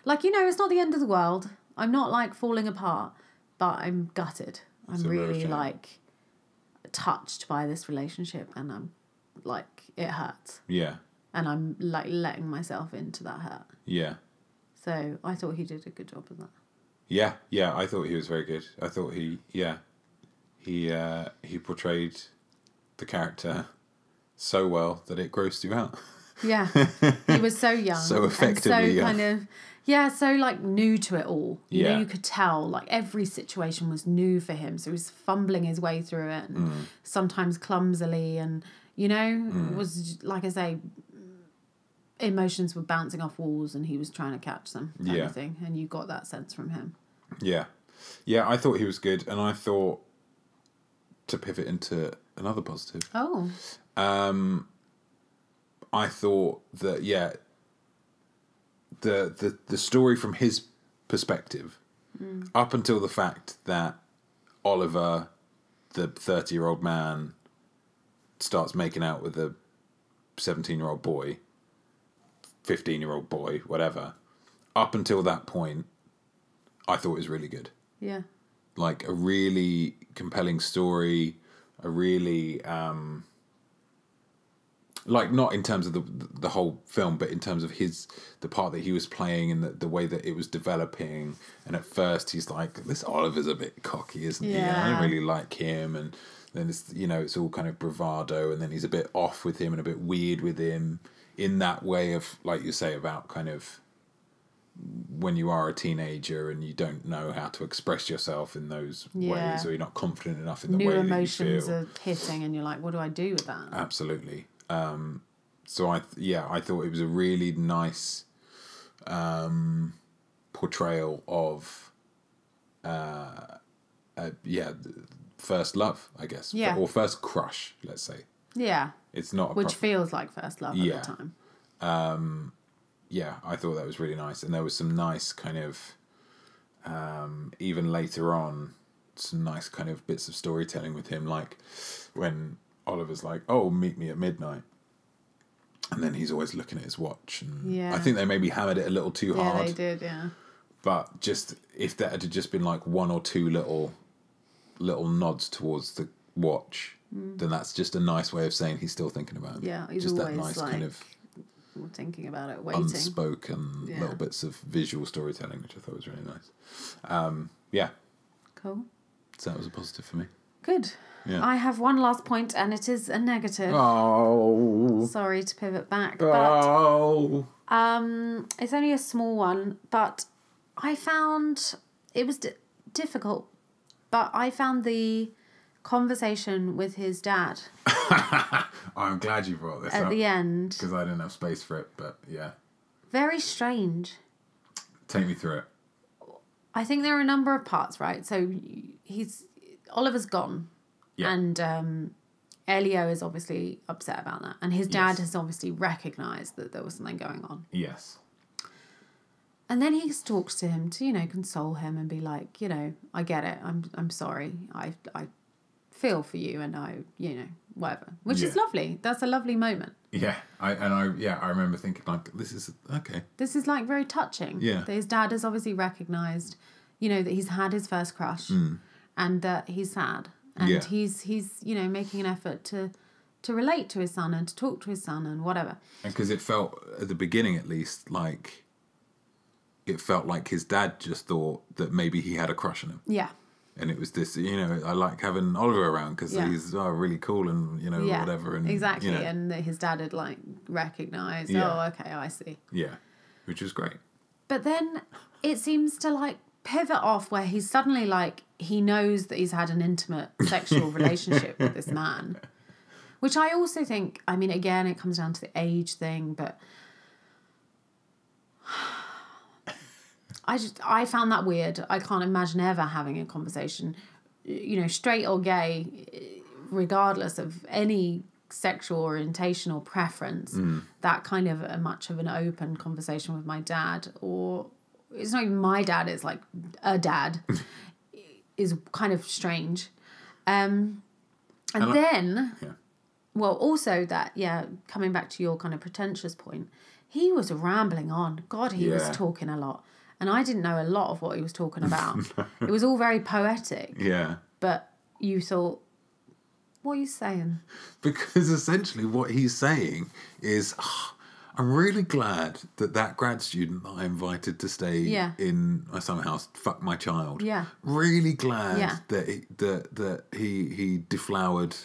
like you know it's not the end of the world. I'm not like falling apart, but I'm gutted. I'm
a real
really
shame.
like touched by this relationship and I'm like it hurts
Yeah.
and I'm like letting myself into that hurt.
Yeah.
So I thought he did a good job of that.
Yeah, yeah, I thought he was very good. I thought he, yeah, he uh, he portrayed the character so well that it grossed you out.
Yeah. he was so young.
*laughs* So
and so
effectively young.
kind of yeah, so like new to it all. You
Yeah.
know, you could tell like every situation was new for him. So he was fumbling his way through it and
Mm.
sometimes clumsily and you know, was like I say emotions were bouncing off walls and he was trying to catch them kind
Yeah.
of thing. And you got that sense from him.
Yeah, yeah, I thought he was good, and I thought to pivot into another positive.
Oh.
I thought that yeah, the the the story from his perspective, up until the fact that Oliver, the thirty year old man, starts making out with a seventeen year old boy, fifteen year old boy, whatever. Up until that point, I thought it was really good
Yeah.
like a really compelling story, a really um like not in terms of the the whole film, but in terms of his the part that he was playing and the, the way that it was developing. And at first, he's like, "This Oliver's a bit cocky, isn't he? I don't
Yeah.
really like him." And then it's you know it's all kind of bravado, and then he's a bit off with him and a bit weird with him in that way of like you say about kind of when you are a teenager and you don't know how to express yourself in those
Yeah.
ways or you're not confident enough in the
New
way
emotions
that you feel Uh,
are hitting and you're like, what do I do with that?
absolutely um so i th- yeah i thought it was a really nice um portrayal of uh, uh yeah th- first love i guess
Yeah.
or first crush let's say
yeah.
it's not a
Which
proper-
feels like first love
Yeah.
at the time.
yeah, I thought that was really nice, and there was some nice kind of, um, even later on, some nice kind of bits of storytelling with him, like when Oliver's like, "Oh, meet me at midnight," and then he's always looking at his watch, and I
Yeah.
think they maybe hammered it a little too
Yeah,
hard,
they did, yeah.
but just if that had just been like one or two little, little nods towards the watch, then that's just a nice way of saying he's still thinking about it.
Mm. Yeah, he's
just
always like thinking about it, waiting.
unspoken
Yeah.
little bits of visual storytelling, which I thought was really nice. Um, yeah,
cool.
so that was a positive for me.
Good.
Yeah.
I have one last point and it is a negative.
Oh,
Sorry to pivot back, but
oh,
um it's only a small one, but I found it was di- difficult, but I found the conversation with his dad
I'm glad you brought this
at
up
the end
because I didn't have space for it. But yeah,
very strange.
take me through it.
I think there are a number of parts, right? So he's Oliver's gone,
Yeah.
and um, Elio is obviously upset about that, and his dad
Yes.
has obviously recognised that there was something going on.
Yes.
And then he talks to him to you know console him and be like, you know, I get it. I'm I'm sorry. I I feel for you, and I you know whatever, which is
Yeah.
lovely. That's a lovely moment.
Yeah, I and I yeah I remember thinking like this is okay.
This is like very touching.
Yeah.
That his dad has obviously recognised, you know, that he's had his first crush and that he's sad. And
Hmm. Yeah.
he's he's, you know, making an effort to to relate to his son and to talk to his son and whatever.
because it felt at the beginning at least like it felt like his dad just thought that maybe he had a crush on him
Yeah.
and it was this you know i like having oliver around because
Yeah.
he's oh, really cool and you know
Yeah.
whatever and
exactly.
you know,
And that his dad had like recognised,
Yeah.
oh, okay, I see.
yeah which was great
But then it seems to like pivot off where he's suddenly like, he knows that he's had an intimate sexual relationship with this man. Which I also think, I mean, again, it comes down to the age thing, but I just, I found that weird. I can't imagine ever having a conversation, you know, straight or gay, regardless of any sexual orientation or preference,
Mm.
that kind of a much of an open conversation with my dad, or it's not even my dad, it's like a
*laughs*
dad, is kind of strange. Um,
And
and,
I-
then,
Yeah.
well, also that, yeah, coming back to your kind of pretentious point, he was rambling on. God, he was
Yeah.
talking a lot. And I didn't know a lot of what he was talking about.
*laughs*
It was all very poetic,
Yeah.
but you thought, what are you saying?
Because *laughs* essentially what he's saying is, "Ah, I'm really glad that that grad student that I invited to stay
Yeah.
in my summer house fucked my child.
Yeah.
Really glad
Yeah.
that he, that that he he deflowered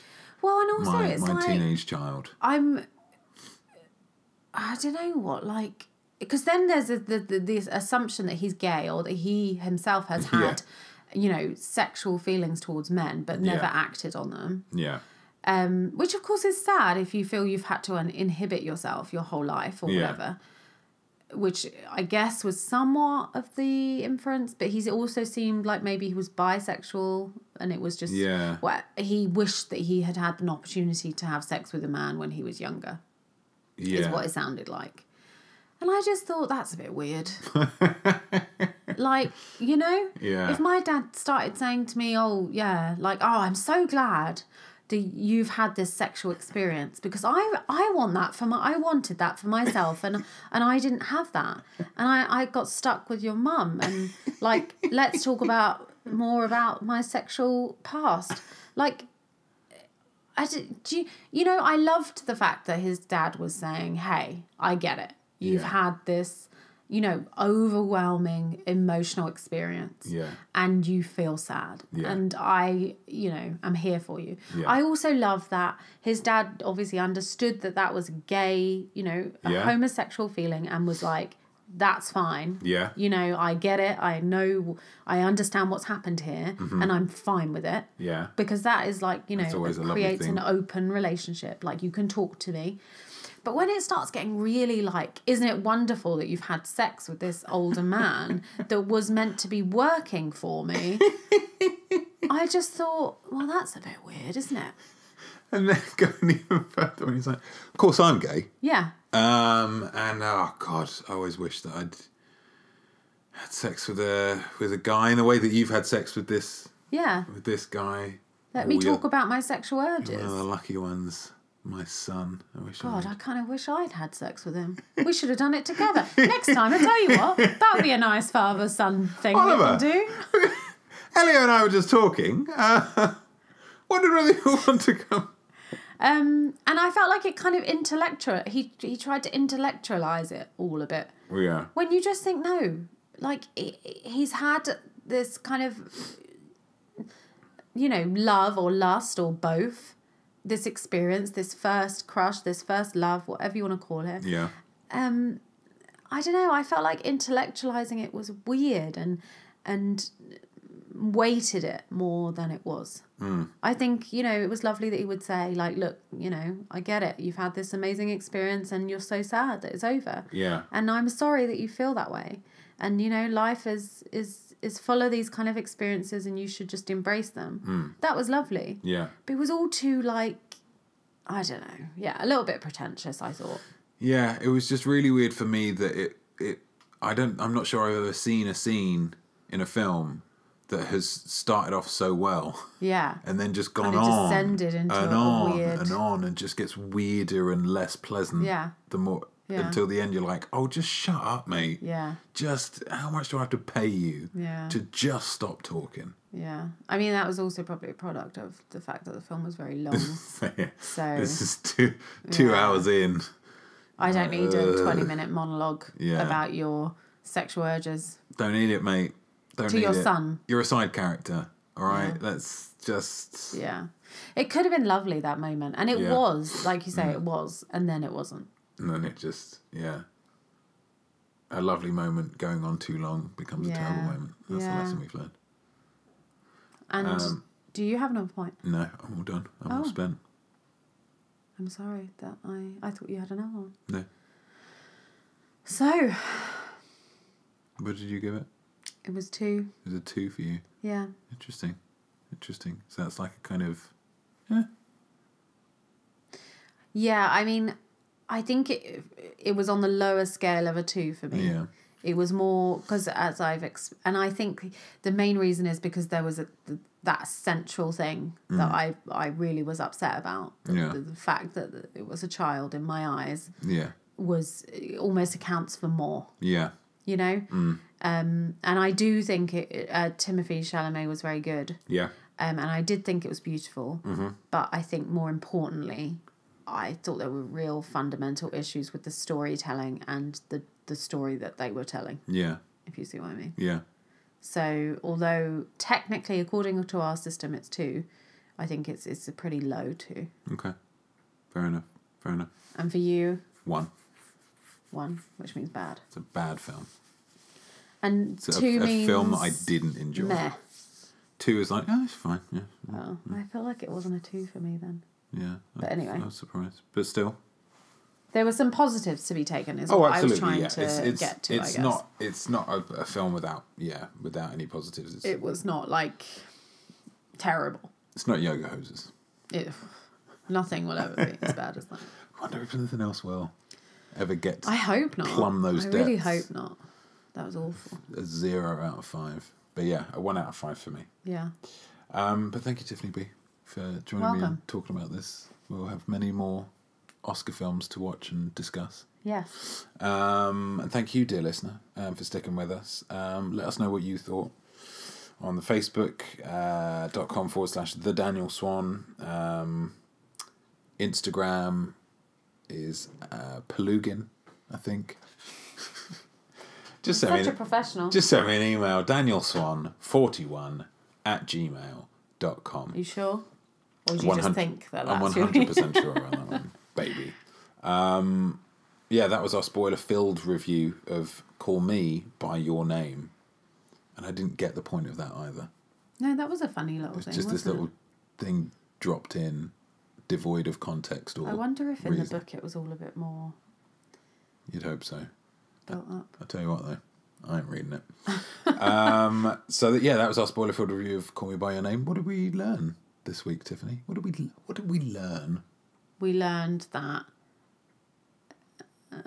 Well, and also
my,
it's
my
like
teenage child.
I'm. I don't know what like because then there's a, the, the the assumption that he's gay or that he himself has
*laughs* Yeah.
had, you know, sexual feelings towards men but never
Yeah.
acted on them.
Yeah.
Um, which of course is sad if you feel you've had to un- inhibit yourself your whole life or
Yeah.
whatever. Which I guess was somewhat of the inference, but he's also seemed like maybe he was bisexual, and it was just
Yeah.
what he wished that he had had an opportunity to have sex with a man when he was younger.
Yeah.
Is what it sounded like, and I just thought that's a bit
*laughs*
weird. like you know,
Yeah.
if my dad started saying to me, "Oh yeah, like oh, I'm so glad that you've had this sexual experience because I I want that for my I wanted that for myself
*laughs*
and and I didn't have that and I I got stuck with your mum and like let's talk about more about my sexual past like. I d- do you, you know I loved the fact that his dad was saying, "Hey, I get it. You've
Yeah.
had this, you know, overwhelming emotional experience *laughs*
Yeah.
and you feel sad
Yeah.
and i you know i'm here for you
Yeah.
i also love that his dad obviously understood that that was gay you know a
Yeah.
homosexual feeling and was like that's fine
Yeah.
you know i get it i know i understand what's happened here and i'm fine with it
Mm-hmm. Yeah.
because that is like you know
That's always
it
a lovely
creates
thing.
an open relationship like you can talk to me but when it starts getting really like isn't it wonderful that you've had sex with this older
*laughs*
man that was meant to be working for me i just thought well that's a bit weird isn't it
And then *laughs* going even further when he's like, Of course I'm gay.
yeah
Um, and oh god, I always wish that I'd had sex with a with a guy in the way that you've had sex with this
yeah
with this guy.
let me
Or you're
talk about my sexual urges
One of the lucky ones, my son. I wish.
God,
I
I kind of wish I'd had sex with him. We should have done it
*laughs*
together. Next time, I tell you what, that would be a nice father son thing
Oliver.
we can do.
Elio and I were just talking. *laughs* Uh, wondered whether you *laughs* want to come.
Um, and I felt like it kind of intellectual. He he tried to intellectualize it all a bit.
Oh, Yeah.
When you just think no, like he- he's had this kind of, you know, love or lust or both, this experience, this first crush, this first love, whatever you want to call it.
Yeah.
Um, I don't know. I felt like intellectualizing it was weird and and weighted it more than it was.
Hmm.
I think, you know, it was lovely that he would say, like, look, you know, I get it. You've had this amazing experience and you're so sad that it's over.
Yeah.
And I'm sorry that you feel that way. And you know, life is is is full of these kind of experiences and you should just embrace them. That was lovely.
Hmm. Yeah.
But it was all too like I don't know. Yeah, a little bit pretentious, I thought.
Yeah, it was just really weird for me that it it I don't I'm not sure I've ever seen a scene in a film that has started off so well *laughs*
Yeah.
and then just gone
Kinda
on
descended into
and
a
on
weird-
and on and just gets weirder and less pleasant.
Yeah.
The more
Yeah.
until the end, you're like, oh, just shut up, mate.
Yeah.
Just how much do I have to pay you
Yeah.
to just stop talking?
Yeah. I mean, that was also probably a product of the fact that the film was
*laughs*
very long. So-
this is two two
Yeah.
hours in.
I don't need a
Uh,
20 minute monologue
yeah.
about your sexual urges.
Don't need it, mate. Don't
To
need
your
it.
son.
You're a side character. All right. Let's just.
Yeah. It could have been lovely that moment. And it
Yeah. Mm.
was, like you say, it was. And then it wasn't.
And then it just. Yeah. a lovely moment going on too long becomes a terrible
Yeah.
moment. That's
Yeah.
the lesson we've learned.
And
Um,
do you have another point?
No, I'm all done. I'm all
Oh.
spent.
I'm sorry that I I thought you had another one.
No.
So
What did you give it?
it was two.
It was a two for you.
Yeah.
Interesting. Interesting. So that's like a kind of
Yeah, I mean, I think it it was on the lower scale of a two for me.
Yeah.
It was more because as I've ex- and I think the main reason is because there was a th- that central thing that I I really was upset about. The,
Mm. Yeah.
the, the fact that it was a child in my eyes
yeah.
was it almost accounts for more
Yeah.
you know?
Mm.
Um, and I do think it, uh, Timothy Chalamet was very good.
Yeah.
Um, and I did think it was beautiful.
Mm-hmm.
But I think more importantly, I thought there were real fundamental issues with the storytelling and the, the story that they were telling,
Yeah.
if you see what I mean.
Yeah.
So, although technically, according to our system, it's two, I think it's, it's a pretty low two.
Okay. Fair enough. Fair enough.
And for you,
One.
one, which means bad.
It's a bad film.
And
It's a,
two
a
means
film that I didn't enjoy.
meh.
Two is like, oh, it's fine. Yeah.
Oh, I feel like it wasn't a two for me then.
Yeah.
But
I-
anyway.
I was surprised. But still.
There were some positives to be taken, is
Oh,
what
absolutely.
I
yeah.
was trying
it's
to
it's,
get to. I
it's
guess.
not it's not a, a film without yeah without any positives. It's,
It was not like terrible.
it's not yoga hoses.
It, nothing will ever be as bad
*laughs*
as that.
wonder if anything else will ever get
I hope not.
Plumb those
I really
depths.
hope not. That was awful.
a zero out of five. But yeah, a one out of five for me.
Yeah.
Um, but thank you, Tiffany B, for joining me
Welcome.
and talking about this. We'll have many more Oscar films to watch and discuss.
Yes.
Um, and thank you, dear listener, um, for sticking with us. Um, let us know what you thought on the Facebook uh, dot com forward slash the Daniel Swan. Um, Instagram is uh, Pelugin, I think. *laughs* just send me
Such a
an-
professional.
just send me an email, danielswan41 at gmail.com.
you sure? Or do you just think that
I'm
that's your- *laughs*
100% sure on that one, baby. Um, yeah, that was our spoiler filled review of Call Me by Your Name. And I didn't get the point of that either.
No, that was a funny little
It's
thing.
just this
wasn't it?
little thing dropped in, devoid of context or.
I wonder if in the
reason.
book it was all a bit more
You'd hope so.
built up.
I'll tell you what, though, I ain't reading it. *laughs* um, so that, yeah, that was our spoiler filled review of Call Me by Your Name. What did we learn this week, Tiffany? What did we What did we learn?
we learned that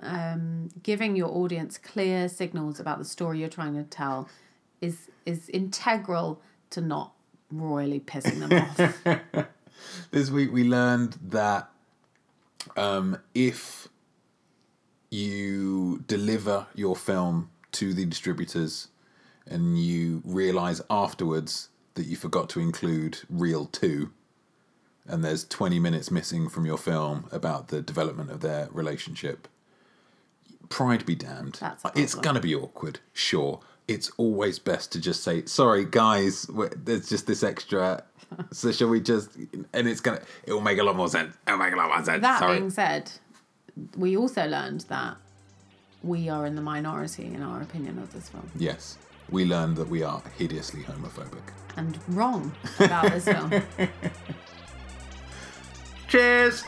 um, giving your audience clear signals about the story you're trying to tell is is integral to not royally pissing them off.
This week we learned that um, if you deliver your film to the distributors and you realize afterwards that you forgot to include reel two and there's 20 minutes missing from your film about the development of their relationship pride be damned
That's a
it's
problem.
going to be awkward sure it's always best to just say sorry guys we- there's just this extra *laughs* so shall we just and it's going to it will make a lot more sense it'll make a lot more sense
That
sorry
being said, we also learned that we are in the minority in our opinion of this film
Yes, we learned that we are hideously homophobic.
and wrong about this film.
Cheers!